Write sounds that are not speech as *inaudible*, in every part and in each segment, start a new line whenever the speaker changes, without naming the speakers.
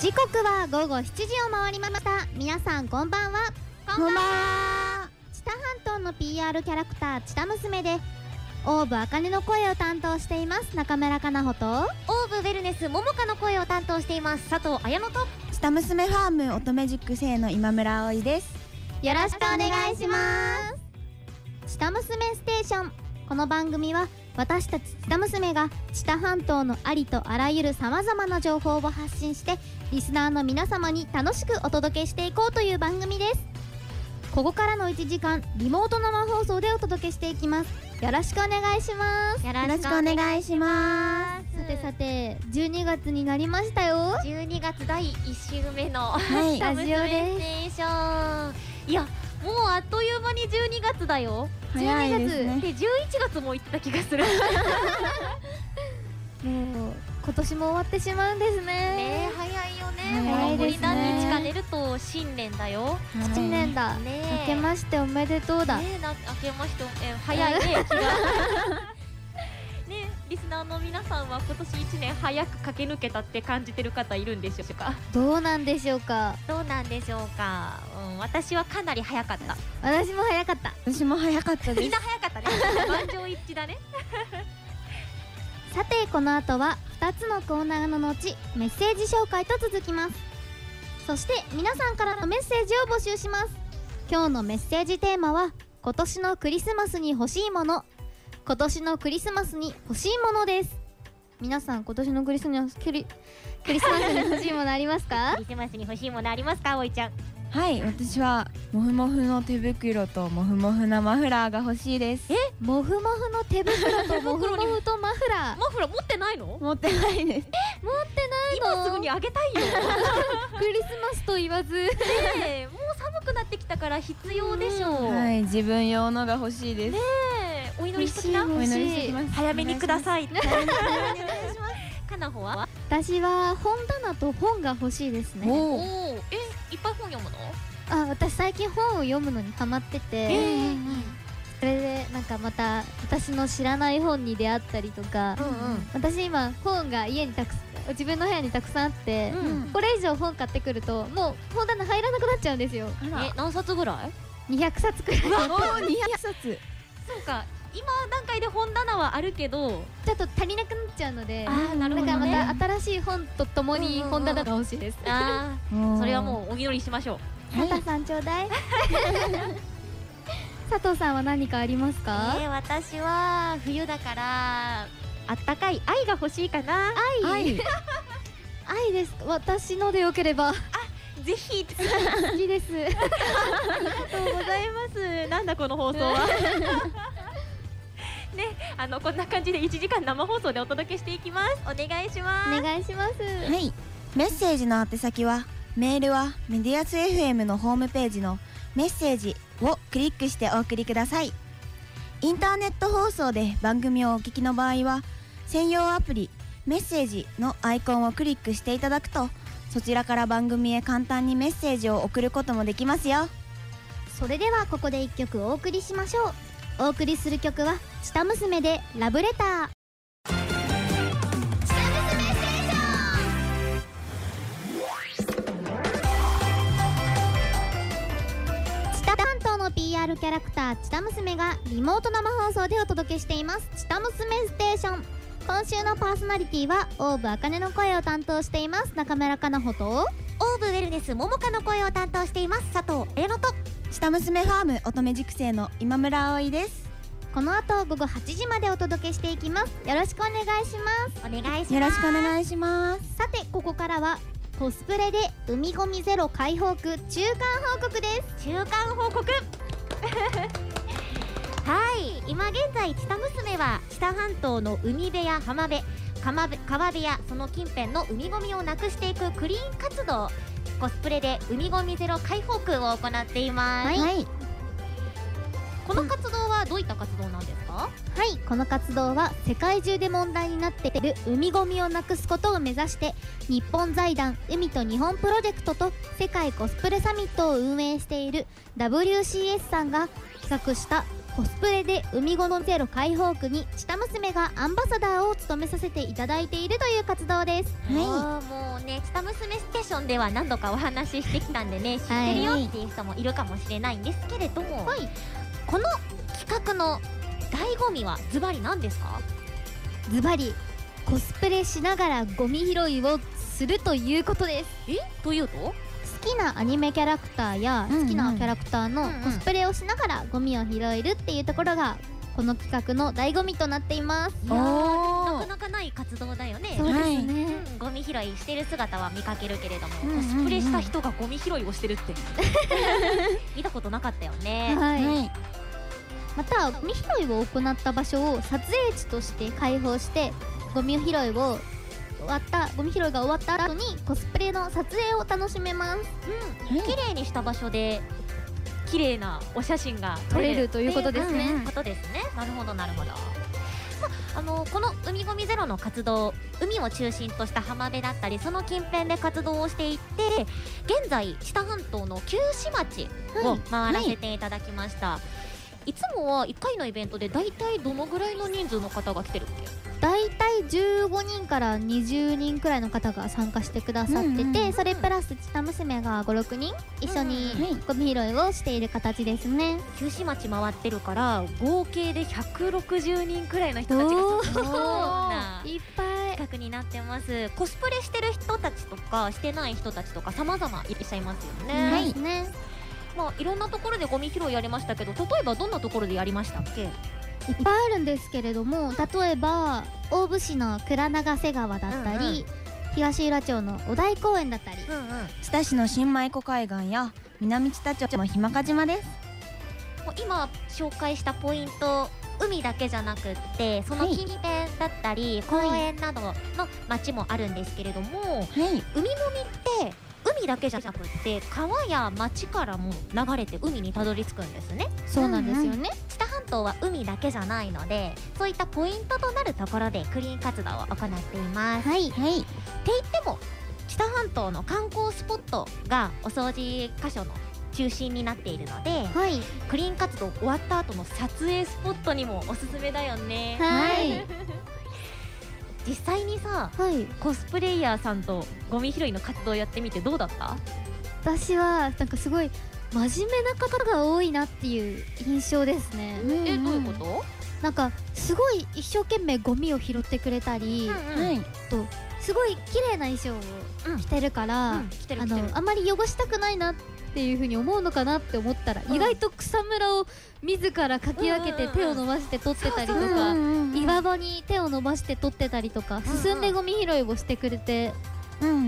時刻は午後7時を回りました皆さんこんばんはこんばんは知多半島の PR キャラクター知多娘でオーブ茜の声を担当しています中村かなほと
オーブウェルネスももかの声を担当しています佐藤綾乃と
下娘ファーム乙女塾生の今村葵です
よろしくお願いします知多娘ステーションこの番組は私たち知多娘が知多半島のありとあらゆるさまざまな情報を発信してリスナーの皆様に楽しくお届けしていこうという番組ですここからの1時間リモート生放送でお届けしていきますよろしくお願いします
よ
よろしくお願いしま
さてさて12月になりましたよ
12月第1週目の
すは
「
い
ラ
ラ
ジ
ジ
オ
オ
で
です
ステーション」いやもうあっという間に12月だよ
早いです
12
ね
月で11月も行ってた気がする
もう今年も終わってしまうんですね
ね早いよね
早
い
も
で
う残り
すね
何日か寝ると新年だよ
7年だ、
ね
明けましておめでとうだ、
ねえな明けましておえ早 *laughs* いね気がねリスナーの皆さんは今年1年早く駆け抜けたって感じてる方いるんでしょうか
どうなんでしょうか
どうなんでしょうか、うん、私はかなり早かった
私も早かった
私も早かった
*laughs* み
で
ん
す
な早かったね満場一致だね
*laughs* さてこの後は2つのコーナーの後メッセージ紹介と続きますそして皆さんからのメッセージを募集します今日のメッセージテーマは今年のクリスマスに欲しいもの今年のクリスマスに欲しいものです皆さん今年のクリスマス *laughs* クリクリスマスに欲しいものありますか
クリスマスに欲しいものありますかおいちゃん
はい私はモフモフの手袋とモフモフなマフラーが欲しいです
モフモフの手袋とモフモフとマフラー持
マフラー持ってないの
持ってないです
ってないの
今すぐにあげたいよね
クリスマスと言わず
えもう寒くなってきたから必要でしょう、
は
ね
い自分用のが欲しいです、
えお祈りしときな
欲しい
ます
早めにくだ
い
さい
早めにお願いします
かなほは
私は本棚と本が欲しいですね
お
お
お
お
えいっぱい本読むの
あ私最近本を読むのにハマってて、
え
それでなんかまた私の知らない本に出会ったりとか、
う
私今本が家にたくさん自分の部屋にたくさんあって、
んうんうん
これ以上本買ってくるともう本棚入らなくなっちゃうんですよ
え何冊ぐらい
200冊くらい
うわもう200冊
そうか今段階で本棚はあるけど
ちょっと足りなくなっちゃうので
あーなるほどね
だからまた新しい本とともに本棚が欲しいです、
ああそれはもうお祈りしましょう
佐藤さんちょうだい *laughs* 佐藤さんは何かありますか、
え私は冬だからあったかい愛が欲しいかな
愛
はい
愛ですか私のでよけれ *laughs* ば
ぜひ
好きです
ありがとうござい *laughs* ますなんだこの放送はねあのこんな感じで1時間生放送でお届けしていきますお願いします
お願いします、
はい、メッセージの宛先はメールはメディアス FM のホームページの「メッセージ」をクリックしてお送りくださいインターネット放送で番組をお聞きの場合は専用アプリ「メッセージ」のアイコンをクリックしていただくとそちらから番組へ簡単にメッセージを送ることもできますよ
それではここで一曲お送りしましょうお送りする曲は「下娘」で「ラブレター」知多半島の PR キャラクター「ちた娘」がリモート生放送でお届けしています「ちた娘ステーション」今週のパーソナリティはオーブ茜の声を担当しています中村かなほと
オーブウェルネスももかの声を担当しています佐藤綾乃と
下娘ファーム乙女塾生の今村葵です
この後午後8時までお届けしていきますよろしくお願いします
お願いします
よろしくお願いします
さてここからはコスプレで海ゴミゼロ解放区中間報告です
中間報告はい今現在知多娘は知多半島の海辺や浜辺川辺川辺やその近辺の海ゴミをなくしていくクリーン活動コスプレで海ゴミゼロ解放訓を行っています、
はい
い
この活動はどういった活動なんですか、
はいこの活動は世界中で問題になっている海ゴミをなくすことを目指して日本財団海と日本プロジェクトと世界コスプレサミットを運営している WCS さんが企画したコスプレで海ゴミゼロ解放区に下娘がアンバサダーを務めさせていただいているという活動です
はい
あーもうね「下娘ステーション」では何度かお話ししてきたんでね知っ
はい
てるよっていう人もいるかもしれないんですけれども、
はい
この企画の醍醐味はズバリ何ですか
ズバリコスプレしながらゴミ拾いをするということです
えというと
好きなアニメキャラクターや
うんうん
好きなキャラクターの
うんうん
コスプレをしながらゴミを拾えるっていうところがこの企画の醍醐味となっています
い
お
やーな
お
かなかない活動だよね。
そうですね、
うんゴミ拾いしてる姿は見かけるけれども、
うんうんうん
コスプレした人がゴミ拾いをしてるって
*laughs*
見たことなかったよね。
はい、
はい
またゴミ拾いを行った場所を撮影地として開放してゴミ拾いを終わったゴミ拾いが終わった後にコスプレの撮影を楽しめます
うん、綺麗にした場所で綺麗なお写真が
撮れるということですね
っていうことですね。なるほどなるほど。あのこの海ごみゼロの活動海を中心とした浜辺だったりその近辺で活動をしていて現在知多半島の旧市町を回らせていただきました、い、つもは1回のイベントで大体どのぐらいの人数の方が来てるっけ
大体15人から20人くらいの方が参加してくださってて、
うんうんうん
それプラスちた娘が56人一緒
うん
は
に
い
ゴミ拾いをしている形ですね、
旧市町回ってるから合計で160人くらいの人たちが
おー
参加してるようない
っぱい
企画になってますコスプレしてる人たちとかしてない人たちとか様々いらっしゃいますよね、
はい
ね
まあいろんなところでゴミ拾いやりましたけど例えばどんなところでやりましたっけ
いっぱいあるんですけれども例えば大府市の倉永瀬川だったり、
うんうん
東浦町の小台公園だったり
うんうん
知多市の新米湖海岸や南知多町の日間賀島です
今紹介したポイント海だけじゃなくってその近辺だったり、公園などの町もあるんですけれども、
はい
海もみって海だけじゃなくって川や町からも流れて海にたどり着くんですね
そうなんですよね、
知多半島は海だけじゃないのでそういったポイントとなるところでクリーン活動を行っています
はい
はい
って言っても知多半島の観光スポットがお掃除箇所の中心になっているので
はい
クリーン活動終わった後の撮影スポットにもおすすめだよね
はい
*laughs* 実際にさ
はい
コスプレイヤーさんとゴミ拾いの活動やってみてどうだった
私はなんかすごい真面目な方が多いなっていう印象ですね、
えどういうこと、
なんかすごい一生懸命ゴミを拾ってくれたり、
はい
すごい綺麗な衣装
うん
を着てるから、
うん来てる
あ
来てる
のあまり汚したくないなっていうふうに思うのかなって思ったら、
ん
意外と草むらを自らかき分け
う
て
んうんうん
手を伸ばして取ってたりと
そうそう
か、
ん
岩場に手を伸ばして取ってたりとか、
うん
進んでゴミ拾いをしてくれて
うんうんう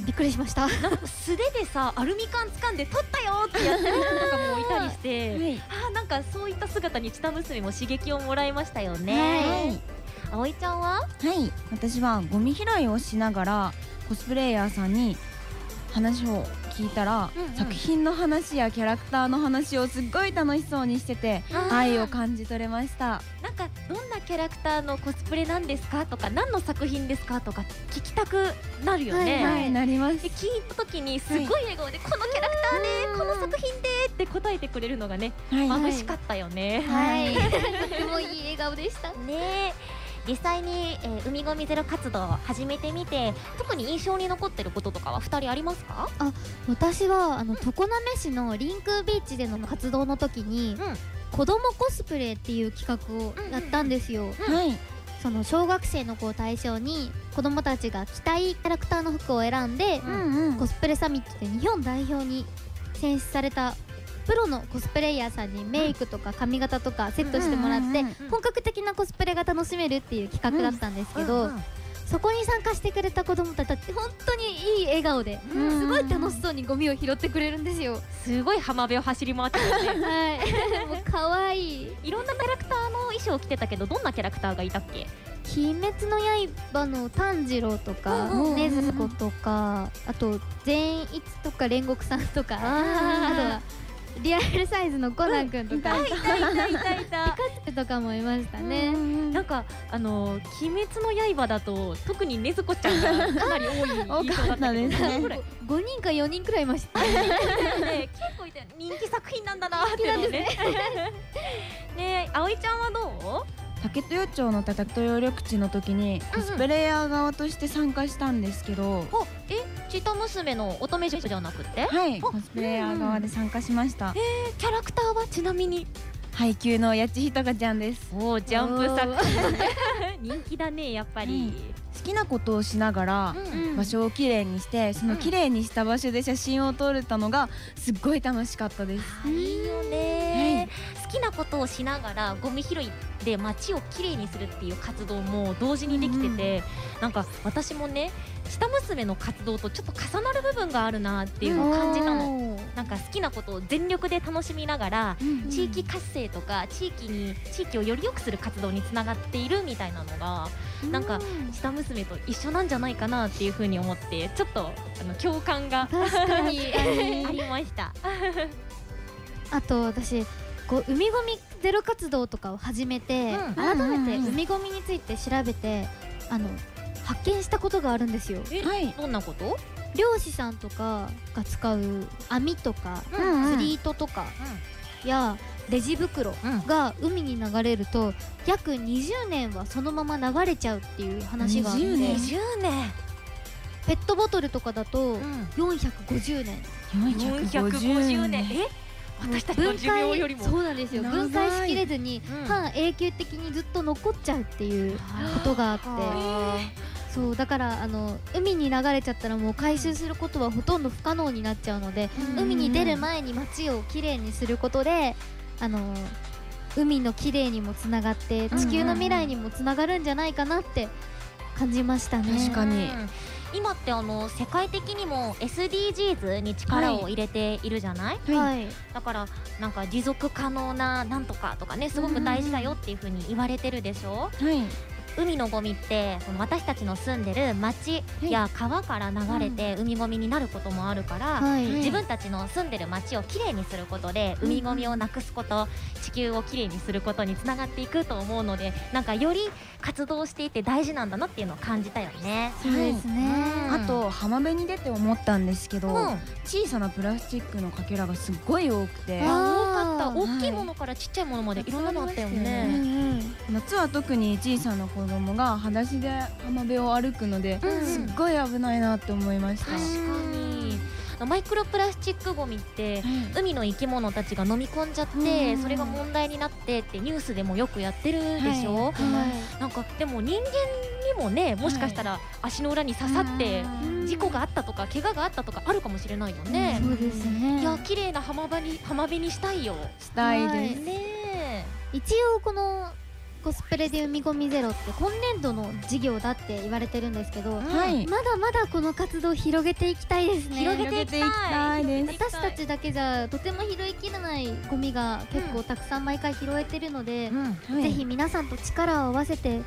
ん
びっくりしました。
なんか素手でさアルミ缶掴んで取ったよってやってる人とかもいたりし
*laughs*
て
い
あーなんかそういった姿にチタ娘も刺激をもらいましたよ
は
ね。葵ちゃんは
はい私はゴミ拾いをしながらコスプレイヤーさんに話を聞いたら、
うんうん
作品の話やキャラクターの話をすっごい楽しそうにしてて愛を感じ取れました
なんかどんなキャラクターのコスプレなんですかとか何の作品ですかとか聞きたくなるよね。
はい
はいなります
で聞いた時にすごい笑顔で、このキャラクターねこの作品でって答えてくれるのがね
はい
眩しかったよね。
*laughs* はい、とてもいい笑顔でした。
ねえ実際に、えー海ごみゼロ活動を始めてみて特に印象に残ってることとかは2人ありますか、
私はあの常滑市のリンクビーチでの活動の時に、子供コスプレっていう企画をやったんですよ。
はい
その小学生の子を対象に子供たちが着たいキャラクターの服を選んで、
んうん
コスプレサミットで日本代表に選出されたプロのコスプレイヤーさんにメイクとか髪型とかセットしてもらって、
うんうん
うん
本格的なコスプレが楽しめるっていう企画だったんですけど、
うんうん
そこに参加してくれた子供たちって本当にいい笑顔で、
うん
すごい楽しそうにゴミを拾ってくれるんです
*laughs*
よ。
すごい浜辺を走り回ってたね
はい、も *laughs* う可愛い
いろんなキャラクターの衣装を着てたけどどんなキャラクターがいたっけ
鬼滅の刃の炭治郎とか
うんうんうん
禰豆子とかあと善逸とか煉獄さんとかあとはリアルサイズのコナン君とか、
いたいたいたいた
とかもいましたね、
なんかあの「鬼滅の刃」だと特に禰豆子ちゃんがかなり多い印象だったけ
多かったで
ど
すね
これ
5人か4人くらいいましたね
ね結構いたよ人気作品なんだなーっていうのをねねえ葵ちゃんはど
竹豊町の竹豊緑地の時にコスプレイヤー側として参加したんですけど、
うおえちた娘の乙女女じゃなくて
はい
あ
コスプレイヤー側で参加しました
キャラクターはちなみに
配給のやちひとかちゃんです
おおジャンプ作 *laughs* 品人気だねやっぱり、
好きなことをしながら
うん
場所をきれいにしてそのきれいにした場所で写真を撮れたのがすっごい楽しかったです
あーいいよね、好きなことをしながらゴミ拾いで街をきれいにするっていう活動も同時にできてて、なんか私もね下娘の活動とちょっと重なる部分があるなっていうのを感じたの、なんか好きなことを全力で楽しみながら地域活性とか地域に地域をより良くする活動につながっているみたいなのがなんか下娘と一緒なんじゃないかなっていうふうに思ってちょっとあの共感が
確かに
ありました。
あと私こう海ゴミゼロ活動とかを始めて、
うん
改め
うんうんう
て
ん
海ゴミについて調べてあの発見したことがあるんですよ
え
はい
どんなこと、
漁師さんとかが使う網とか、
うんうん
釣り糸とかやレジ袋が海に流れると約20年はそのまま流れちゃうっていう話があって
20年
20年、
ペットボトルとかだと450年
450年え私たちの寿命よりも
そうなんですよ
長い
分解しきれずに
うん
半永久的にずっと残っちゃうっていうことがあって
あ
そうだからあの海に流れちゃったらもう回収することはほとんど不可能になっちゃうので
うん
海に出る前に街をきれいにすることであの海のきれいにもつながって地球の未来にもつながるんじゃないかなって感じましたね。
確かに
うん今ってあの世界的にも SDGs に力を入れているじゃない、
に
はい、
だからなんか持続可能ななんとかとかねすごく大事だよっていうふうに言われてるでしょ、
はい
海のゴミってその私たちの住んでる町や川から流れて海ゴミになることもあるから、
はい、
自分たちの住んでる町をきれいにすることで海ゴミをなくすこと地球をきれいにすることにつながっていくと思うのでなんかより活動していて大事なんだなっていうのを感じたよね。
そうですね。
あと浜辺に出て思ったんですけど、
うん、あ
小さなプラスチックのかけらがすっごい多くて
あ
多かった
あー
大きいものからちっちゃいものまでいろんなのあったよ
うん
ね。
うん
夏は特に小さな子供が裸足で浜辺を歩くので、
うん
すっごい危ないなって思いました、
確かにマイクロプラスチックゴミって海の生き物たちが飲み込んじゃって、
うん
それが問題になってってニュースでもよくやってるでしょ、
は
は
い
なんかでも人間にもねもしかしたら足の裏に刺さって
うん
事故があったとか怪我があったとかあるかもしれないよね、
そうですね。
いや綺麗な浜場に浜辺にしたいよ
したい
は
で
い
す、
ね
一応このコスプレで海ゴミゼロって今年度の事業だって言われてるんですけど、
え
はい
まだまだこの活動を広げていきたいですね
広げていきたい
です
私たちだけじゃとても拾いきれないゴミが結構たくさん毎回拾えてるので、
はい
ぜひ皆さんと力を合わせて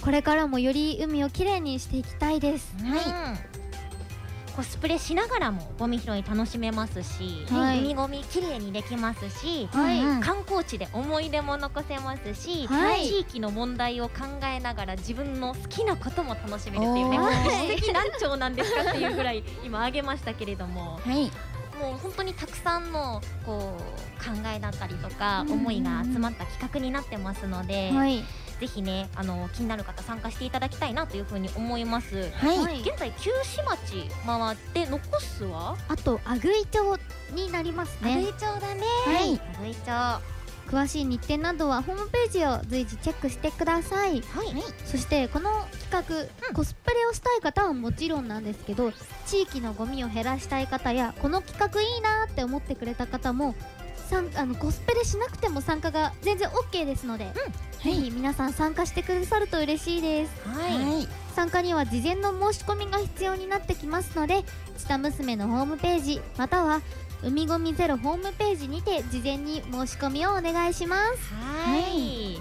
これからもより海をきれいにしていきたいです
はい、コスプレしながらもゴミ拾い楽しめますし、
はい
海ゴミ綺麗にできますし、
はい
うん
観光地で思い出も残せますし、
はい
地域の問題を考えながら自分の好きなことも楽しめるっていうね
おー
私的何兆なんですかっていうぐらい今挙げましたけれども
はい
もう本当にたくさんのこう考えだったりとか
うんうんうん
思いが詰まった企画になってますので、
はい、
ぜひねあの気になる方参加していただきたいなというふうに思います。
はい、
はい
現在旧市町回って残すは
あと阿久井町になりますね
町だね
はい
阿久井町は
詳しい日程などはホームページを随時チェックしてください
い、
そしてこの企画、
うん
コスプレをしたい方はもちろんなんですけど地域のゴミを減らしたい方やこの企画いいなって思ってくれた方も参あのコスプレしなくても参加が全然 OK ですので、ぜひ皆さん参加してくださると嬉しいです
はい
はい
参加には事前の申し込みが必要になってきますので「ちた娘」のホームページまたは「海ごみゼロ」ホームページにて事前に申し込みをお願いします
はい、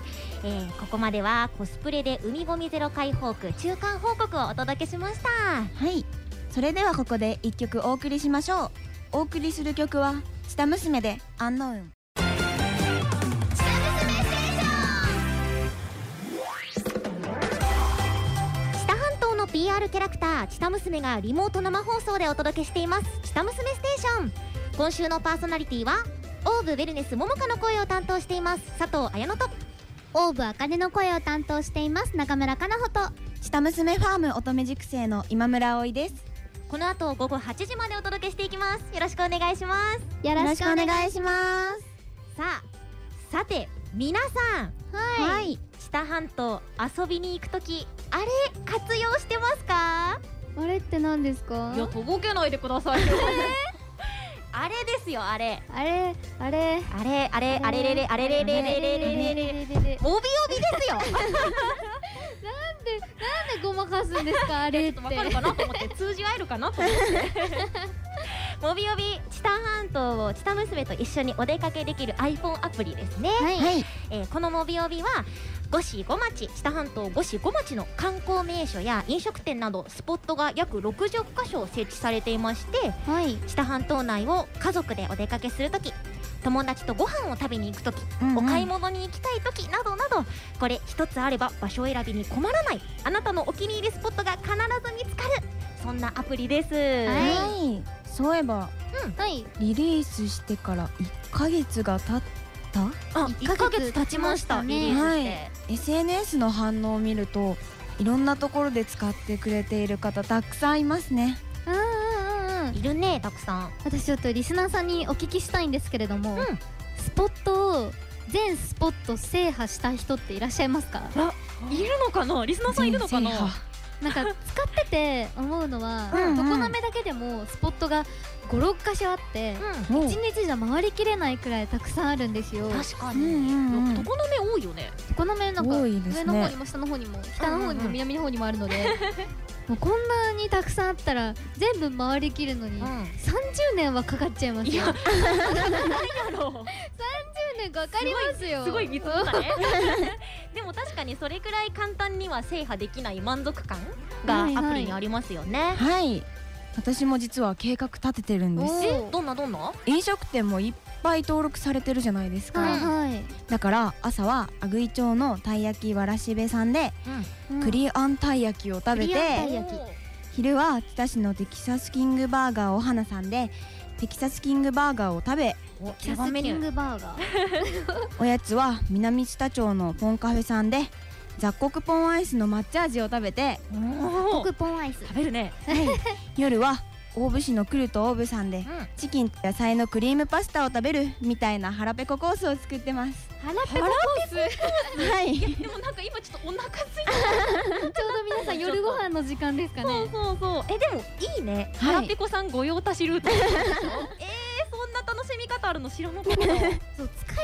えーここまではコスプレで海ごみゼロ解放区中間報告をお届けしました
はいそれではここで一曲お送りしましょうお送りする曲は「下娘」で「アンノウン」
知多半島の PR キャラクター知多娘がリモート生放送でお届けしています知多娘ステーション今週のパーソナリティはオーブウェルネス桃香の声を担当しています佐藤綾乃と
オーブあかねの声を担当しています中村かなほと
下娘ファーム乙女塾生の今村葵です
ここの後午後8時までお届けしていきますよろしくお願いします
よろしくお願いし
いします
さあさて皆さん
ます
は、
はい
知多半島遊びに行くときあれ活用してますか
あれって何ですか
いやとぼけないでくださいよ
あれですよあれ
あれあれ
あれあれあれれれあれれれれれれれれ
れれれ
おびおびですよ
なんでごまかすんですかあれっ
ちょ
て
っとわかるかなと思って通じ合えるかなと思って
*laughs* おびおび知多半島を知多娘と一緒にお出かけできる iPhone アプリですね、
はい、
はい
えーこのモビオビは五市五町知多半島五市五町の観光名所や飲食店などスポットが約60箇所設置されていまして
はい、
知多半島内を家族でお出かけするとき友達とご飯を食べに行くとき
うんうん
お買い物に行きたいときなどなどこれ一つあれば場所選びに困らないあなたのお気に入りスポットが必ず見つかるそんなアプリです、
い
はいそういえば
はい、
リリースしてから1ヶ月が経った
あ
一
一
ヶ
ヶ
月
月経ちまし
経ちまし
た
たね
リリースして、
SNS の反応を見るといろんなところで使ってくれている方たくさんいますね
うんうんうんうん
い、るねたくさん
私ちょっとリスナーさんにお聞きしたいんですけれども、
うん
スポットを全スポット制覇した人っていらっしゃいますか
いるのかなリスナーさんいるのかな
全制
なんか使ってて思うのは
うんうん
常滑だけでもスポットが56箇所あって
う
覇
一日じゃ回りきれないくらいたくさんあるんですよ
ん確か
うんう
に、
んうん
常滑多いよね
常滑なんか
多いですね
上の方にも下の方にも北の方に
うんうん
も
うん
南の方にもあるのでもうこんなにたくさんあったら全部回りきるのに
うん
30年はかかっちゃいます
い
よ
や
30
何だろ
年かかりますよ
うすごい見積もったね
でも確かにそれくらい簡単には制覇できない満足感が
はいはい
アプリにありますよね、
はい私も実は計画立ててるんです
おー
どんなどんな
飲食店もいっぱい登録されてるじゃないですか、
はいはい
だから朝は阿久井町のたい焼きわらしべさんで
うん
栗あんたい焼きを食べ
栗あんたい
て
焼き
おー
昼は北市のテキサスキングバーガーお花さんでテキサスキングバーガーを食べ
お
キャスキングバーガー
おやつは南知多町のポンカフェさんで雑穀ポンアイスの抹茶味を食べて
おー
僕ポンアイス
食べるね
夜は大府市のクルト大府さんで
うん
チキンと野菜のクリームパスタを食べるみたいな腹ペココースを作ってます
腹ペコ
はい
でもなんか今ちょっとお腹空いて
ちょうど皆さん夜ご飯の時間ですかね。
そうそう
えでもいいね
は
はい
らぺこさん御用達ルート *laughs* えー、そんな楽しみ方あるの知らなかった
そう使い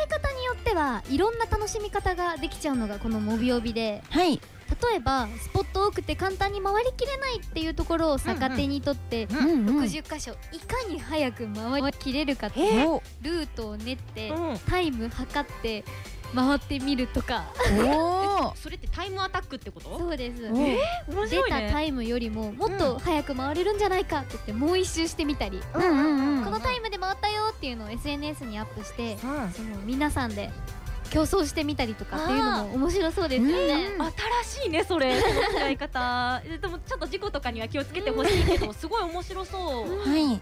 方によってはいろんな楽しみ方ができちゃうのがこのモビオビで
はい
例えばスポット多くて簡単に回りきれないっていうところを逆手にとって
うん
うんうん
60箇所いかに早く回りきれるかっていう
お
ルートを練って
うん
タイム測って回ってみるとか
*laughs* おー
それってタイムアタックってこと
そうです
おー
面
出
白い
た
ね
タイムよりももっと早く回れるんじゃないかって言ってもう一周してみたり
うんうんうん
このタイムで回ったよっていうのを SNS にアップして
うん
その皆さんで競争してみたりとかっていうのも面白そうですよね。
新しいねそれその使い方 *laughs* えでもちょっと事故とかには気をつけてほしいけ *laughs* どすごい面白そう
はい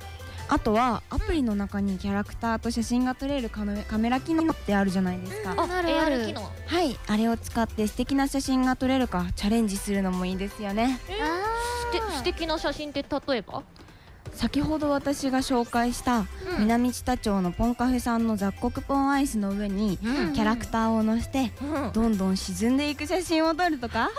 あとはアプリの中にキャラクターと写真が撮れるカメカメラ機能ってあるじゃないですか、
うんあるある
AR 機能
はいあれを使って素敵な写真が撮れるかチャレンジするのもいいですよね
えー
あ
で素敵な写真って例えば
先ほど私が紹介した
うん
南知多町のポンカフェさんの雑穀ポンアイスの上に
うん
キャラクターを乗せて
うん
どんどん沈んでいく写真を撮るとか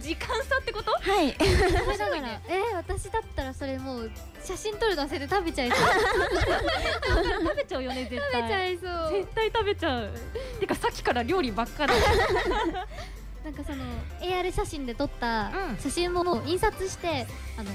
時間差って *laughs* こと
はい
食べながら、えー私だったらそれもう写真撮るの忘れて *laughs* 食べちゃいそう
食べちゃうよね絶対
食べちゃいそう
絶対食べちゃうてかさっきから料理ばっかり
なんかその AR 写真で撮った
うん
写真をもう印刷してあの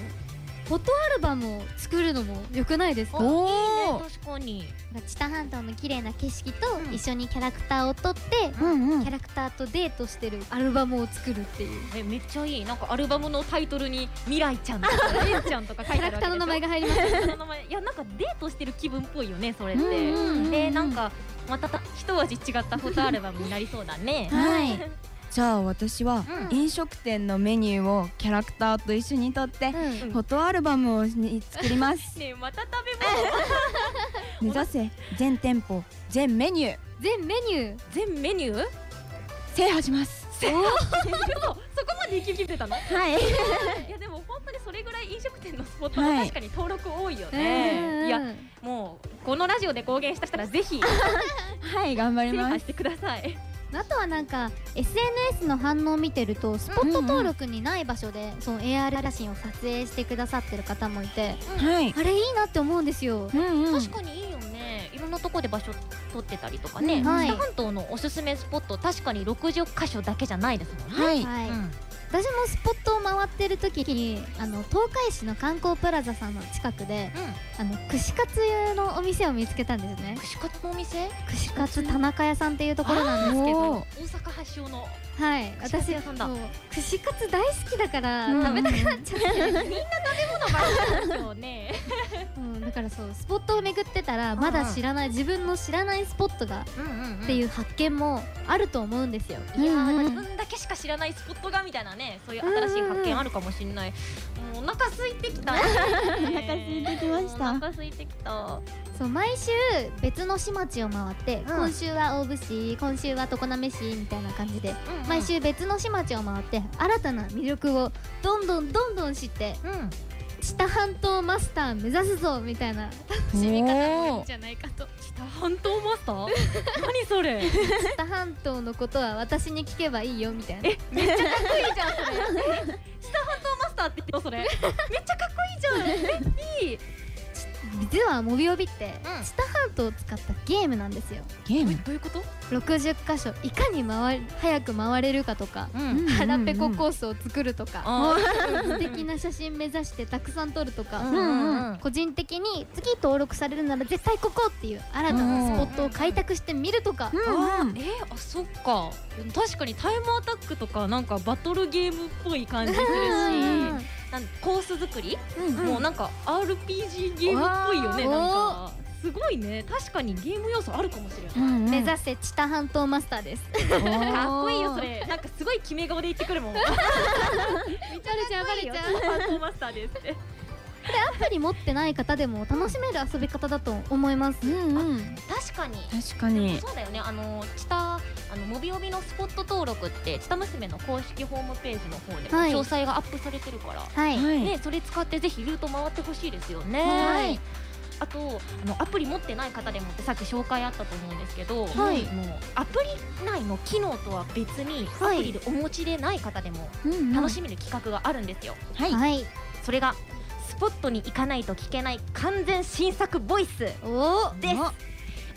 フォトアルバムを作るのも良くないですか
*laughs*
なんか
おー
確かに
知多半島の綺麗な景色と
うん
一緒にキャラクターを撮って、
うんう
キャ
ん
ラクターとデートしてるアルバムを作るっていう
えめっちゃいいなんかアルバムのタイトルに「未来ちゃん」と *laughs* か「レンちゃん」とか
キ
書い
ャ
てあ
ラ
る
ク
わけでし
ターの名
ょ
前が入りま
*laughs*
し
その名前いやなんかデートしてる気分っぽいよねそれって、
うんうんうん
でなんかまたた一味違ったフォトアルバムになりそうだ *laughs* ね
はいじゃあ私は
うん
飲食店のメニューをキャラクターと一緒に撮って
た、うん
フォトアルバムをに作ります *laughs*
ねえまた食べ物
目指せ全店舗全メニュー
全メニュー
全メニュー
制覇します
嘘そこまで行き切ってたの
はい
いやでも本当にそれぐらい飲食店のスポット
はい
は確かに登録多いよね、いやもうこのラジオで公言した人らぜひ
はい頑張り
制
ま
覇
す
してください
あとはなんか SNS の反応を見てるとスポット登録にない場所でその AR 写真を撮影してくださってる方もいて
はい
あれいいなって思うんですよ
うんうん
確かにいいよねいろんなとこで場所取ってたりとかね、
うんはい
北半島のおすすめスポット確かに60箇所だけじゃないですもんね、
はい
はい、
うん
私もスポットを回ってる時にあの東海市の観光プラザさんの近くであの串カツのお店を見つけたんですね
串カツのお店
串カツ田中屋さんっていうところなんですけ
お
ど
ー
大阪発祥の
はい
串カツ
私
屋さんだ
そう *laughs* 串カツ大好きだから
うん
食べたくなっちゃって、 *laughs*
ですよね
うん、だからそうスポットを巡ってたらまだ知らない自分の知らないスポットがっていうう発見もあると思うんですよ
いやー
うんうん
自分だけしか知らないスポットがみたいなねそういう新しい発見あるかもしれない、もうお腹空いてきた、ね、お
腹空いてきました
お腹空いてきた
そう毎週別の市町を回って、今週は大府市今週は常滑市みたいな感じで毎週別の市町を回って新たな魅力をどんどんどんどん知って
うん
知多半島マスター目指すぞみたいな
趣味方
お
じゃないかと北半島マスタ
*laughs*
ー何それ
知多半島のことは私に聞けばいいよみたいな
めっちゃかっこいいじゃんそれ北半島マスターって言ってよそれめっちゃかっこいいじゃんえいい
実はモビオビって
うん
知多半島を使ったゲームなんですよ
ゲーム
どういうこと
60箇所いかに回り早く回れるかとか
うん
うん
腹ペココースを作るとか
あ
素敵な写真目指してたくさん撮るとか、
うんうんうん
個人的に次登録されるなら絶対ここっていう新たなスポットを開拓してみるとか、
うんうん
えー、あそっか確かにタイムアタックとかなんかバトルゲームっぽい感じするし
うんうん
なんコース作り、
うん
もうなんか RPG ゲームっぽいよね
わー
なんかすごいね確かにゲーム要素あるかもしれない、
うんうん
目指せ知多半島マスターです。
かっこいいよそれなんかすごい決め顔で言ってくるもんめっちゃかっこいいよ
バレちゃうバレちゃう。
北半島マスターですって
アプリ持ってない方でも楽しめる遊び方だと思います。
うんうん
確かに
確かに
そうだよねあのチタあのモビオビのスポット登録ってチタ娘の公式ホームページの方でも
はい
詳細がアップされてるから、
はい。
ね、それ使ってぜひルート回ってほしいですよね。
はい
あとあのアプリ持ってない方でもってさっき紹介あったと思うんですけど、
はい
もうアプリ内の機能とは別にア
は
プ
い
リでお持ちでない方でも
うん
楽しめる企画があるんですよ。
はい
はい。
それがスポットに行かないと聞けない完全新作ボイス
おお。
です。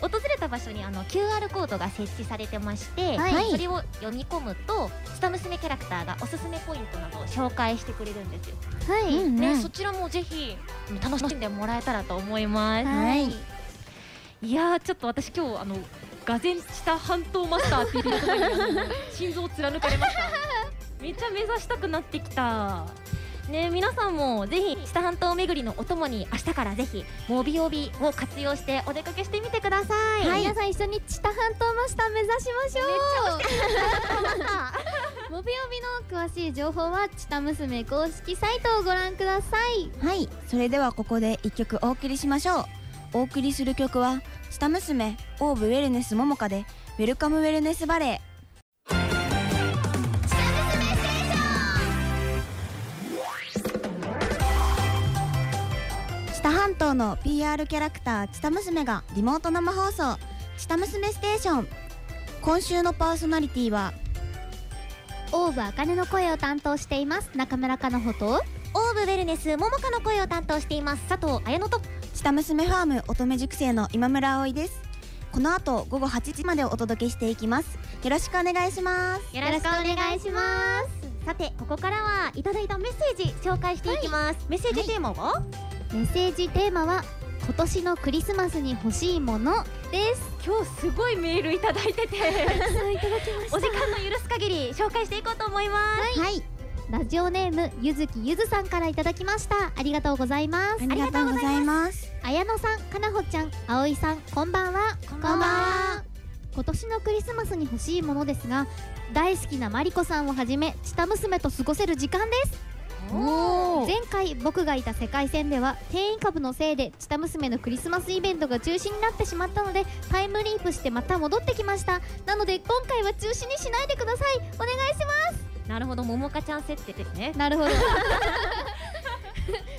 訪れた場所にあの QR コードが設置されてまして、
はい
それを読み込むと「下娘キャラクター」がおすすめポイントなどを紹介してくれるんですよ。
はい。
うん
ね、
ね
そちらもぜひうん楽しんでもらえたらと思います。
はい。
いやーちょっと私今日あのがぜんした半島マスターっていうところにあの心臓を貫かれましためちゃ目指したくなってきた
ね、皆さんもぜひ下半島巡りのお供に明日からぜひモビオビを活用してお出かけしてみてください。
はい、皆さん一緒に知多半島マスター目指しまし *laughs* ょう。モビオビの詳しい情報は知多娘公式サイトをご覧ください。
はいそれではここで一曲お送りしましょうお送りする曲は「下娘オーブウェルネスももか」で「ウェルカムウェルネスバレー」知多半島の PR キャラクター知多娘がリモート生放送「知多娘ステーション」今週のパーソナリティは
オーブあかねの声を担当しています中村かのほと
オーブウェルネスももかの声を担当しています佐藤綾乃と
知多娘ファーム乙女塾生の今村葵ですこの後午後8時までお届けしていきますよろしくお願いします
よ。
ろしくお願いします
さてここからはいただいたメッセージ紹介していきます。メッセージテーマは、
メッセージテーマは今年のクリスマスに欲しいものです
今日すごいメールいただいてて
いただきま
お時間の許す限り紹介していこうと思います。
はい、
ラジオネームゆずきゆずさんからいただきましたありがとうございます
ありがとうございます
綾乃さんかなほちゃんあおいさんこんばんは
こん
ばんは今年のクリスマスに欲しいものですが大好きなマリコさんをはじめチタ娘と過ごせる時間です
おお
前回僕がいた世界戦では変異株のせいでチタ娘のクリスマスイベントが中止になってしまったのでタイムリープしてまた戻ってきましたなので今回は中止にしないでくださいお願いしま
なるほど、ももかちゃん設定ですね
す。なるほど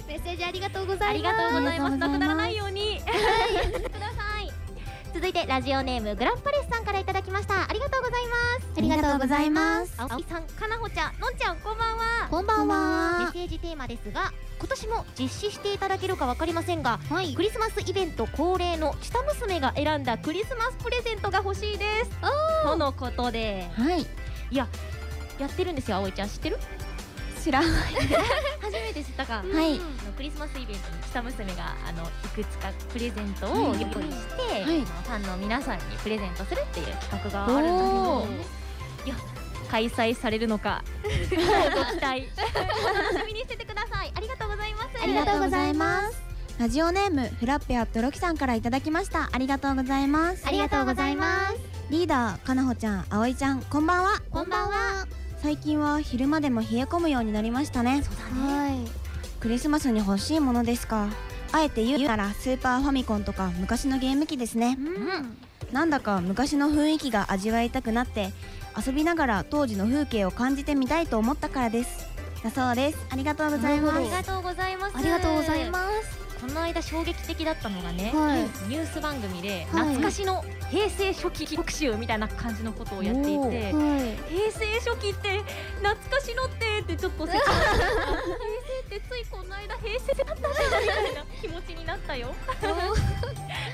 メッセージありがとうござ
あ
い
り
ま
が
す
とうございます。
ありが
な
とうございます
くならない *laughs* ように。ください。続いてラジオネームグランパレスさんからいただきました。ありがとうございます。
ありがとうございます
す
青木さん、かなほちゃん、のんちゃん、こんばんは。
こんばんは
メッセージテーマですが、今年も実施していただけるかわかりませんが、
はい
クリスマスイベント恒例のチタ娘が選んだクリスマスプレゼントが欲しいです。とのことで、
はい
やってるんですよ、葵ちゃん、知ってる
知らん
初めて知ったか。
はい
あのクリスマスイベントに下娘があのいくつかプレゼントを用意して、
い
あのファンの皆さんにプレゼントするっていう企画があるんだけど
お
いや開催されるのかご期待楽しみにしててくださいありがとうございます
ありがとうございます
ラジオネームフラッペアットロキさんからいただきましたありがとうございます
ありがとうございます
リーダーかなほちゃんあおいちゃんこんばんは
こんばんは
最近は昼間でも冷え込むようになりましたね
そうだね
はい
クリスマスに欲しいものですかあえて言うならスーパーファミコンとか昔のゲーム機ですね
うん
なんだか昔の雰囲気が味わいたくなって遊びながら当時の風景を感じてみたいと思ったからですだそうですありがとうございま
な
あ
る
り
ほ
す
がとうございます
ありがとうございます
すこの間衝撃的だったのがね、
はい
ニュース番組で
はい
懐かしの平成初期特集みたいな感じのことをやってい
お
て
ー
はい
平成初期って懐かしのってってちょっと切ない平成ってついこの間平成だったじゃんみたいな気持ちになった *laughs* よ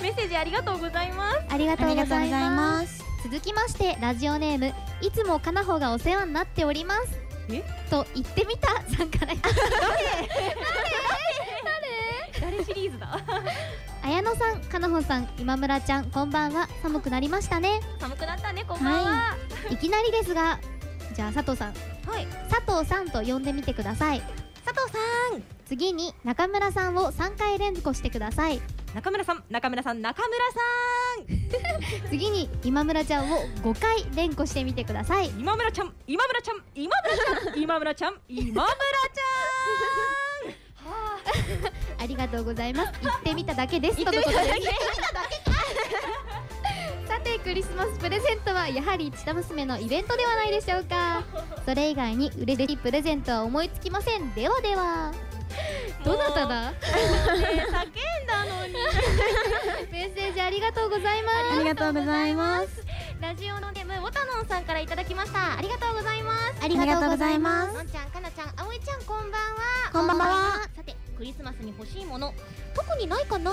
メッセージありがとうございます
ありがとうございます
す
続きましてラジオネームいつもかなほがお世話になっております
え
と言ってみたさんからいただき
誰シリーズだ
綾乃さんかなほさん今村ちゃんこんばんは寒くなりましたね
寒くなったねこんばんは、
いきなりですがじゃあ佐藤さん
はい
佐藤さんと呼んでみてください
佐藤さ
次に中村さんを3回連続してください
ん中村さん中村さん中村さ
次に今村ちゃんを5回連呼してみてください
ん今村ちゃん今村ちゃん今村ちゃん今村ちゃん今村ち
ありがとうございます。言ってみただけです。
言ってみただけ
とのことですさてクリスマスプレゼントはやはりチタ娘のイベントではないでしょうかそれ以外に嬉しいプレゼントは思いつきませんではでは
ゃん
どなただ
もうね叫んだのに
メッセージありがとうございます
ありがとうございます
*laughs* ラジオのネームボタノンさんからいただきましたありがとうございます
あ
りがとうございます
のんちゃん、かなちゃん、あおいちゃん、こんばんは。
こんばんは。
さて、クリスマスに欲しいもの、特にないかな。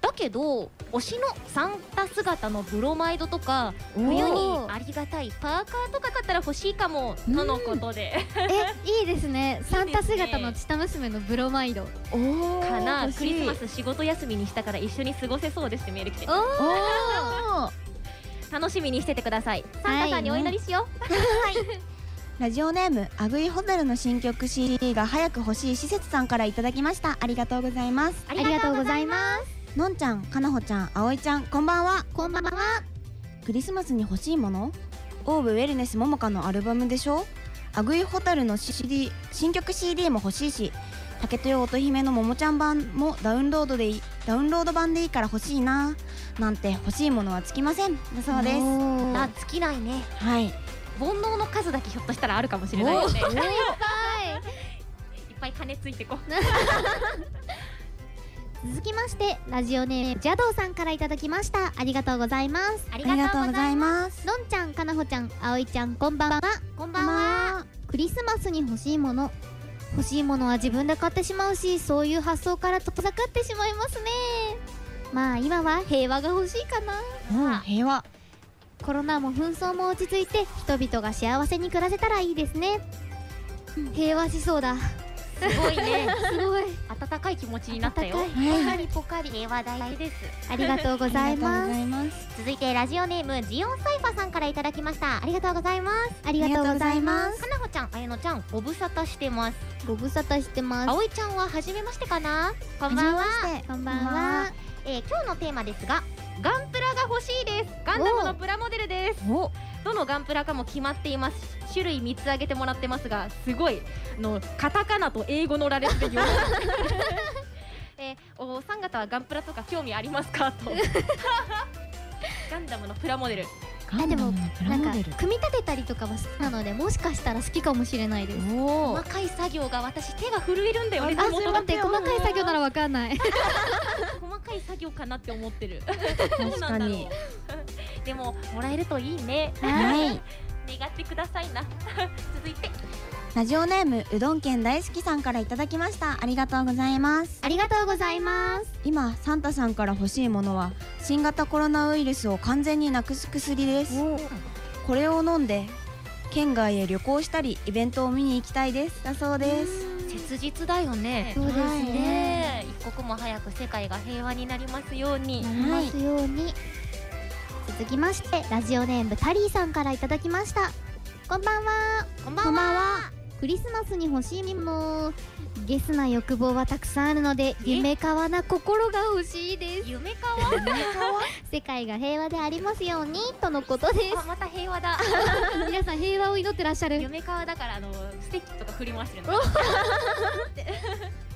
だけど、推しのサンタ姿のブロマイドとか、冬にありがたいパーカーとか買ったら欲しいかも、
うん
とのことで。
えいいですねサンタ姿のチタ娘のブロマイド
おー
かな、
欲しい
クリスマス仕事休みにしたから一緒に過ごせそうですってメール来て
お。
おー
楽しみにしててください。サンタさんにお祈りしよう。
ラジオネームアグイホタルの新曲 CD が早く欲しい施設さんからいただきましたありがとうございます
ありがとうございます
のんちゃんかなほちゃんあおいちゃんこんばんは
こんばんは
クリスマスに欲しいものオーブウェルネスももかのアルバムでしょアグイホタルの CD 新曲 CD も欲しいし竹豊乙姫のももちゃん版もダウンロードでいいダウンロード版でいいから欲しいななんて欲しいものはつきませんだそうです
おー
あ、尽きないね。
はい
煩悩の数だけひょっとしたらあるかもしれないよね。いっ
はい
ぱい金ついてこう。
続きましてラジオネームジャドーさんからいただきましたありがとうございます
あり
ありがとうございます
のんちゃんかなほちゃんあおいちゃんこんばんは
こ
こん
んばんは
クリスマスに欲しいもの欲しいものは自分で買ってしまうしそういう発想から遠ざかってしまいますねまあ今は平和が欲しいかな
もう平和
コロナも紛争も落ち着いて人々が幸せに暮らせたらいいですね平和思想だ
すごいね。
すごい
温かい気持ちになったよ。
温
かい
かりぽかり平和大です。
ありがとうござい
ありが
ます
とう *laughs* ございます
続いてラジオネームジオンサイファさんからいただきました。ありがとうございます。
ありがとうございま
ありがとうございます
かなほちゃん、あやのちゃん、ご無沙汰してます。
すご無沙汰してます
あおいちゃんは初めましてかな。こんばんは。
こんばんは
えー、今日のテーマですが、ガンプラが欲しいです。ガンダムのプラモデルです。どのガンプラかも決まっています
種類3つ挙げてもらってますがすごいあのカタカナと英語の羅列でよ
*laughs*
えーお三方はガンプラとか興味ありますか
*laughs*
とガンダムのプラモデル
あでも
プ
な
ラ
ん
モ
か
デル
組み立てたりとかは好きなのでもしかしたら好きかもしれないです
お
細かい作業が私手が震えるんだよね
あ
手
ちょっと
元
待
が
って細かい作業ならわかんな
*laughs*
い
細かい作業かなって思ってる
確かに
どうなんだろうでももらえるといいね
はい
願ってくださいな *laughs* 続いて
ラジオネームうどん県大好きさんからいただきましたありがとうございます
ありがとうございます
今サンタさんから欲しいものは新型コロナウイルスを完全になくす薬ですこれを飲んで県外へ旅行したりイベントを見に行きたいですだそうです
切実だよね
そうですね
ねえ一刻も早く世界が平和になりますように
なりますように、続きましてラジオネームタリーさんからいただきましたこんばんは
こんばんは
クリスマスに欲しいものゲスな欲望はたくさんあるので夢かわな心が欲しいです
夢かわ
世界が平和でありますようにとのことです
あまた平和だ
皆さん平和を祈ってらっしゃ *laughs* る
夢川だからあのステッキとか振り回してるの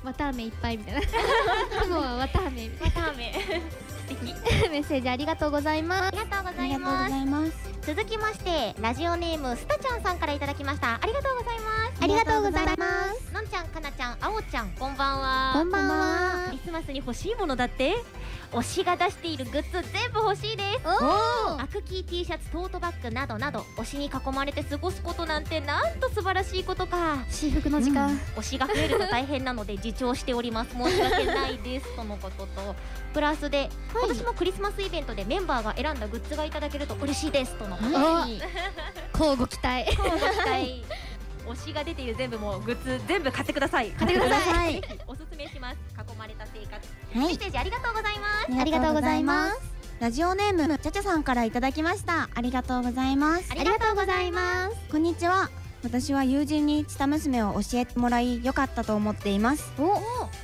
綿あめいっぱいみたい *laughs* な雲は綿あめみたい
パターン名素敵
なメッセージありがとうございます
ありがとうご
あ
ざ
り
い
がとうご
ます
ざいます
続きましてラジオネームスタちゃんさんからいただきましたありがとうございます
ありがとうございます
のんちゃんかなちゃんあおちゃんこんばんは
こんばんは
クリスマスに欲しいものだって推しが出しているグッズ全部欲しいですアクキー T シャツトートバッグなどなど推しに囲まれて過ごすことなんてなんと素晴らしいことか
私服の時間、
推しが増えると大変な
*laughs*
ので自重しております申し訳ないですとのこととプラスで、今年もクリスマスイベントでメンバーが選んだグッズがいただけると嬉しいですとのこと
はい、交互期待
はい推しが出ている全部もうグッズ全部買ってください買
ってくだ
さい
おすすめします囲まれた生活
は
メッセージありがとうございます
い
ありがとうございます
ラジオネームちゃちゃさんからいただきましたありがとうございます
ありがとうございます
こんにちは私は友人にチタ娘を教えてもらい良かったと思っています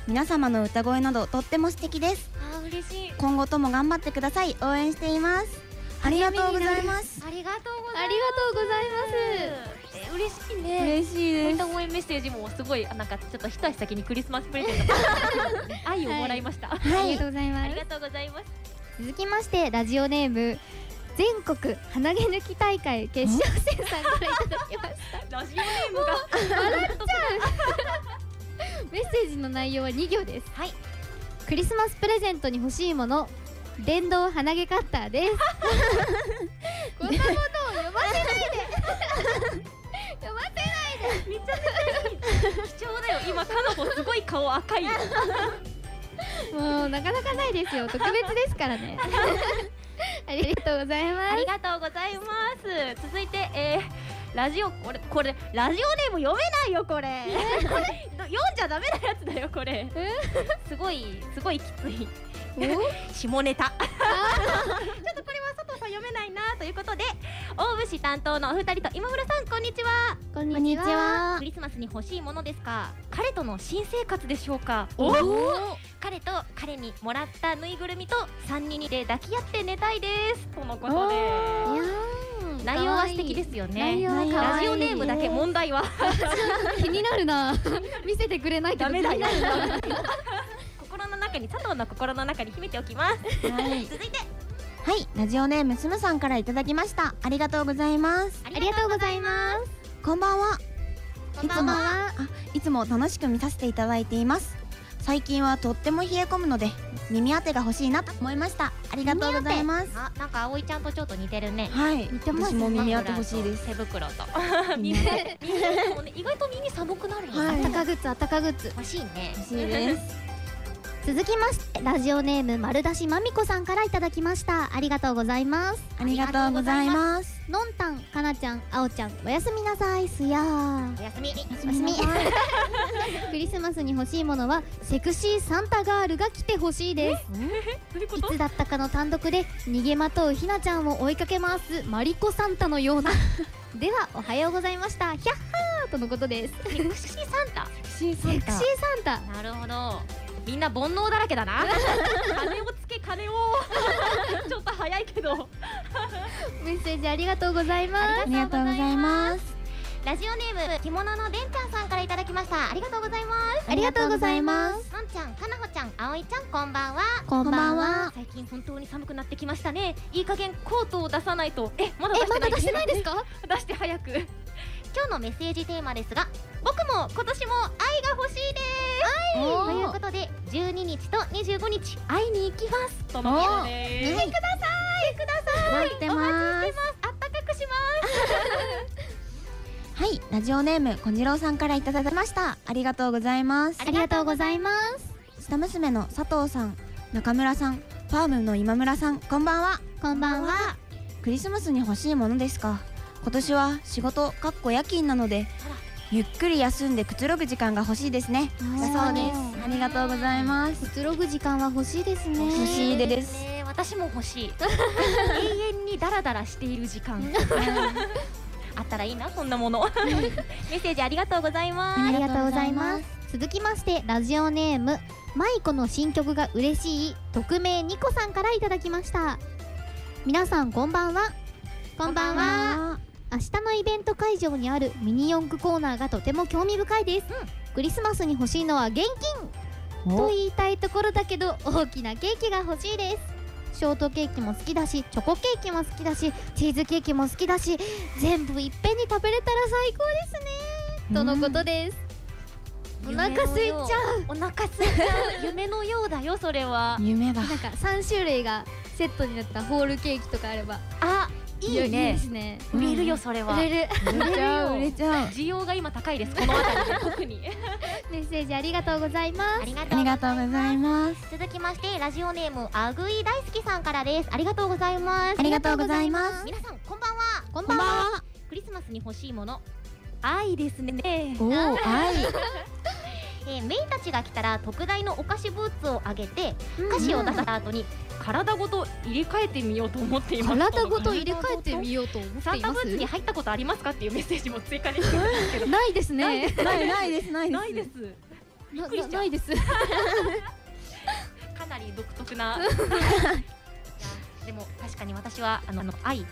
皆様の歌声などとっても素敵です
あー嬉しい
今後とも頑張ってください応援していますありがとうございます
ありがとうご
あ
ざい
りがとうございます
ますえ嬉しいね
嬉しい
こういった応援メッセージもすごいあなんかちょっと一足先にクリスマスプレゼン
*laughs*
ト愛をもらいました、
ありがとうござい
あ
ま
り
す
がとうございます
続きましてラジオネーム全国鼻毛抜き大会決勝戦さんからいただきまし
ラジオネームが
たメッセージの内容は2行です
はい
クリスマスプレゼントに欲しいもの電動鼻毛カッターです *laughs* こんなことを呼ばせないで *laughs* 呼ばせ
*laughs* 貴重だよ今かの子すごい顔赤いよ
もうなかなかないですよ特別ですから *laughs* ねありがとうございま
あり
す
がとうございます。続いて、えー、ラジオこれこれラジオネーム読めないよこれ。これど読んじゃダメなやつだよこれ
え。
すごいすごいきつい。
お
*laughs* 下ネタちょっとこれは佐藤さん読めないなということで大節担当のお二人と今村さんこんにちは
こん
こんにちは
クリスマスに欲しいものですか
彼との新生活でしょうか
彼と彼にもらったぬいぐるみと三人で抱き合って寝たいですとのことで
いやー
内容は素敵ですよ
内
ね
容は可
ラ
愛い
ジオネームだけ問題は
*laughs* 気になるな *laughs* 見せてくれないけど
ダメだ
*laughs*
よ
気になるな
心の中に佐藤の心の中に秘めておきます
はい、
続いて
はい、ラジオネームすむさんからいただきましたありがとうございます
あ
ありがとうございます
こんばんは
こんばんはい
つも楽しく見させていただいています最近はとっても冷え込むので耳当てが欲しいなと思いましたありがとうございます
あなんか葵ちゃんとちょっと似てるね
はい
似てます
私も耳当て欲しいです
手袋と
耳当て
耳でもね意外と耳寒くなるよね、
はい
あったかグッズあったかグッズ
欲しいね
欲しいです
続きましてラジオネーム丸出しまみこさんからいただきましたありがとうございます
*laughs* ありがとうございます
のんたんかなちゃんあおちゃんおやすみなさいすやー
おやすみ
おやすみ *laughs* クリスマスに欲しいものはセクシーサンタガールが来てほしいです
*laughs*
どういうこ
い
と
つだったかの単独で逃げまとうひなちゃんを追いかけ回すマリコサンタのような *laughs* ではおはようございましたひゃっはーとのことです
セクシーサンタ
セクシーサ
セ
ン
クシー
タ
サンタ
なるほど
みんな煩悩だらけだ
*laughs*
な金をつけ金
*laughs*
をちょっと早いけど
メッセージありがとうございます
ありがとうございます
ラジオネーム着物のでんちゃんさんからいただきましたありがとうございます
ありがとうございます
のんちゃんかなほちゃんあおいちゃんこんばんは
こんばんは
最近本当に寒くなってきましたねいい加減コートを出さないとえまだ出し
え
て
ま
な
だ
い
出してないですか
出して早く
今日のメッセージテーマですが僕も今年も愛が欲しいです
おー
ということで12日と25日会いに行きます
と
の
の
こと
ね
ぜひ
くださいください
待ってます
あったかくします
はいラジオネーム小次郎さんからいただきましたありがとうございます
ありがとうございます
下娘の佐藤さん中村さんファームの今村さんこんばんは
こんばんは
クリスマスに欲しいものですか今年は仕事かっこ夜勤なのでゆっくり休んでくつろぐ時間が欲しいですねだそうですありがとうございます
くつろぐ時間は欲しいですね
欲しいです
ね私も欲しい永遠にダラダラしている時間あったらいいなそんなものメッセージありがとうございます
ありがとうございます続きましてラジオネームマイコの新曲が嬉しい匿名ニコさんからいただきました皆さんこんばんはこんばんは明日のイベント会場にあるミニ四駆コーナーがとても興味深いです、クリスマスに欲しいのは現金と言いたいところだけど大きなケーキが欲しいですショートケーキも好きだしチョコケーキも好きだしチーズケーキも好きだし全部いっぺんに食べれたら最高ですねとのことです、お腹空いちゃう
お腹すいちゃう夢のようだよそれは
夢だ
なんか3種類がセットになったホールケーキとかあれば
あいいね
ですね
売れるよそれは
売れる *laughs*
売れちゃう売れちゃう
需要が今高いですこの辺りで特に
メッセージありがとうございま
ありがと
あ
う
りがとうございます
続きましてラジオネームあぐい大好きさんからですありがとうございます
ありがとうございます
皆さんこんばんは
すこんばんは
クリスマスに欲しいもの
愛ですね
おお愛
えーメイたちが来たら特大のお菓子ブーツをあげて菓子を出した後に
体ごと入れ替えてみようと思っています
体ごと入れ替えてみようと思ってい
サンタ
ま
ブーツに
す
入ったことありますかっていうメッセージも追加できてるんですけど
*laughs* ないです
ないで
ね
す
ないないですないです
ないです
な
くりしちゃう
ないです
かなり独特
*laughs*
ないやでも確かに私はあのあの愛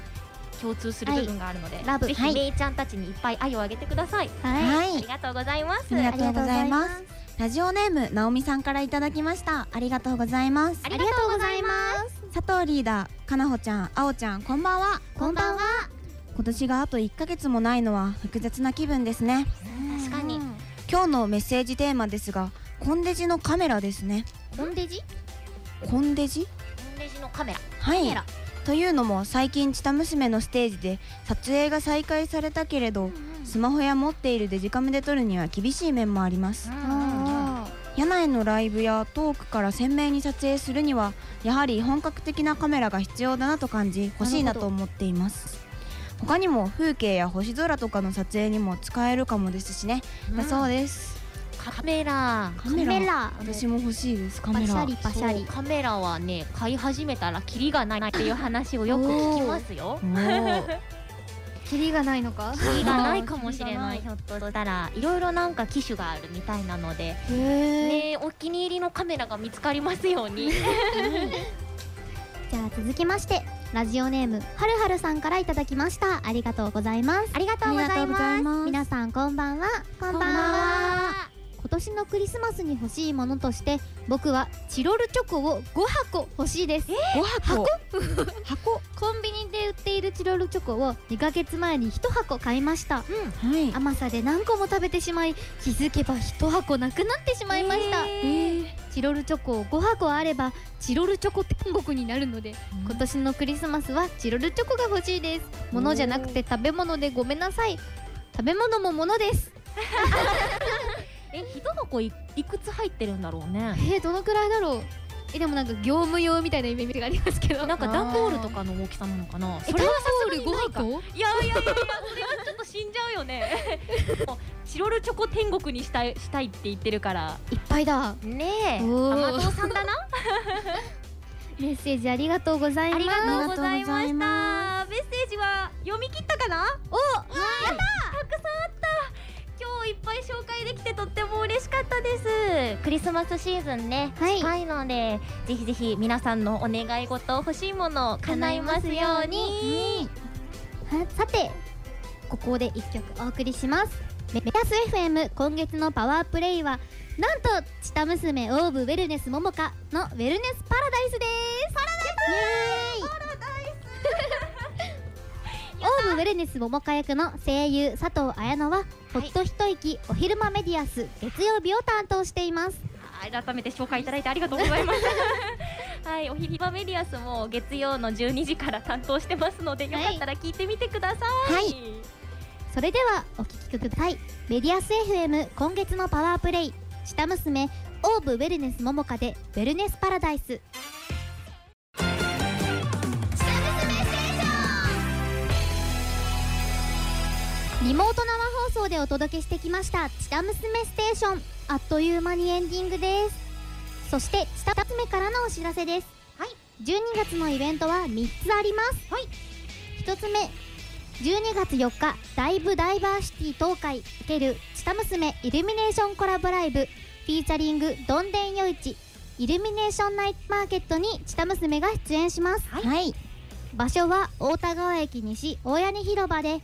共通する部分があるので、
ラブ
ぜひ、
はい
めいちゃんたちにいっぱい愛をあげてください、
はい
はい
ありがとうございます
ありがとうございま
あ
すラジオネームなおみさんからいただきましたありがとうございます
ありがとうございます
佐藤リーダーかなほちゃんあおちゃんこんばんは
こんばんは
今年があと1ヶ月もないのは複雑な気分ですね
確かに
うん
今日のメッセージテーマですがコンデジのカメラですね
コンデジ
コンデジ
レジのカメラ
はい
メラ
というのも最近チタ娘のステージで撮影が再開されたけれど、スマホや持っているデジカメで撮るには厳しい面もあります、
あ
柳井のライブやトークから鮮明に撮影するにはやはり本格的なカメラが必要だなと感じ欲しいなと思っています他にも風景や星空とかの撮影にも使えるかもですしね、だそうです
カメラ
ーカ
カ
メラ
私も欲しいですカ
パ
メ
シ
ラ
ャリパシャ
そう
リ
カメラはね買い始めたらキリがないっていう話をよく聞きますよ
お *laughs* ー
キリがないのか
キリがないかもしれない
キ
ひょっとしたらいろいろなんか機種があるみたいなので
へえ、
ねお気に入りのカメラが見つかりますように
じゃあ続きましてラジオネームはるはるさんからいただきましたありがとうございます
ありがと
あ
う
り
ご
が
ざ
と
いう
ご
ます
ざいます
皆さんこんばんはこんばん今年のクリスマスに欲しいものとして僕はチロルチョコを5箱欲しいです
五箱箱
コンビニで売っているチロルチョコを2ヶ月前に1箱買いました
はい
甘さで何個も食べてしまい気づけば1箱なくなってしまいました、チロルチョコを5箱あればチロルチョコ天国になるので今年のクリスマスはチロルチョコが欲しいです物じゃなくて食べ物でごめんなさい食べ物も物です
え一箱いいくつ入ってるんだろうね
えー、どのくらいだろうえでもなんか業務用みたいなイメージがありますけど
なんか段ボールとかの大きさなのかな
え
そ
タン
れは
ボール
にない
5
か
箱
いやいやいやいやそれはちょっと死んじゃうよねもうチロルチョコ天国にしたいしたいって言ってるから
いっぱいだ
ねえ
おー
甘党さんだな
メッセージありがとうござい
あ
ます
りがとう
ありがとうご
ございま
ざ
し
い
たメッセージは読み切ったかな
お
やったたくさんあった今日いっぱい紹介できてとっても嬉しかったですクリスマスシーズンね、
はい
近いのでぜひぜひ皆さんのお願い事欲しいものを叶いますように
はさてここで一曲お送りしますメメタス FM 今月のパワープレイはなんとチタ娘オーブウェルネスももかのウェルネスパラダイスですパラダイスオーブウェルネスももか役の声優佐藤綾乃はほっと一息お昼間メディアス月曜日を担当しています
改めて紹介いただいてありがとうございます
*laughs*
はいおひりばメディアスも月曜の12時から担当してますのでよ
はい
かったら聞いてみてください
はいそれではお聴きくださいメディアス FM 今月のパワープレイ下娘オーブウェルネスももかでウェルネスパラダイスリモート生放送でお届けしてきました「チタ娘ステーション」あっという間にエンディングですそして「チタ娘」からのお知らせですはい12月のイベントは3つありますはい1つ目12月4日ライブダイバーシティ東海×チタ娘イルミネーションコラボライブフィーチャリングどんでんよいちイルミネーションナイトマーケットにチタ娘が出演します、
はい
場所は大田川駅西大屋根広場で1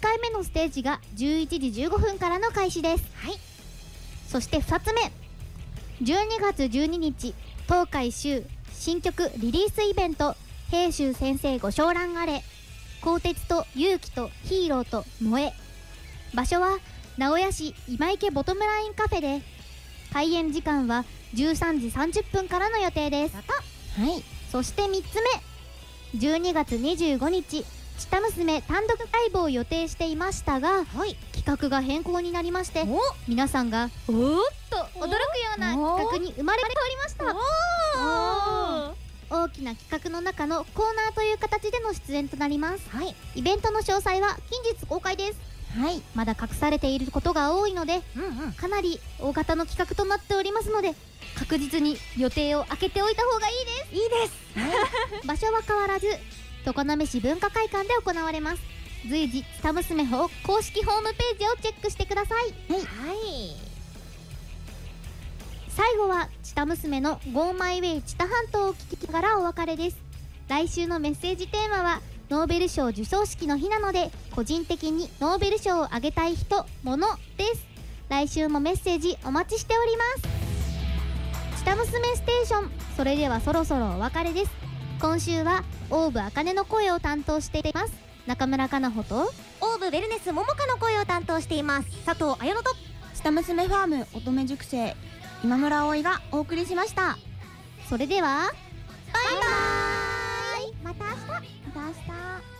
回目のステージが11時15分からの開始です、はい、そして2つ目12月12日東海州新曲リリースイベント「平州先生ご賞覧あれ」鋼鉄と勇気とヒーローと萌え場所は名古屋市今池ボトムラインカフェで開演時間は13時30分からの予定です
はい
そして3つ目12月25日チタ娘単独ライブを予定していましたが、企画が変更になりまして皆さんがおーっと驚くような企画に生まれておりました大きな企画の中のコーナーという形での出演となります、
はい
イベントの詳細は近日公開です
はい
まだ隠されていることが多いので
うんうん
かなり大型の企画となっておりますので確実に予定を空けておいた方がいいですいいです場所は変わらず常滑市文化会館で行われます随時「下娘法」公式ホームページをチェックしてください
はい
最後は「チタ娘の Go My Way チタ半島」を聞きながらお別れです来週のメッセージテーマはノーベル賞授賞式の日なので個人的にノーベル賞をあげたい人物です来週もメッセージお待ちしておりますチタ娘ステーションそれではそろそろお別れです今週はオーブ茜の声を担当しています中村かなほと
オーブウェルネスももかの声を担当しています佐藤綾乃と
下娘ファーム乙女塾生今村葵がお送りしました
それでは
また明日また明日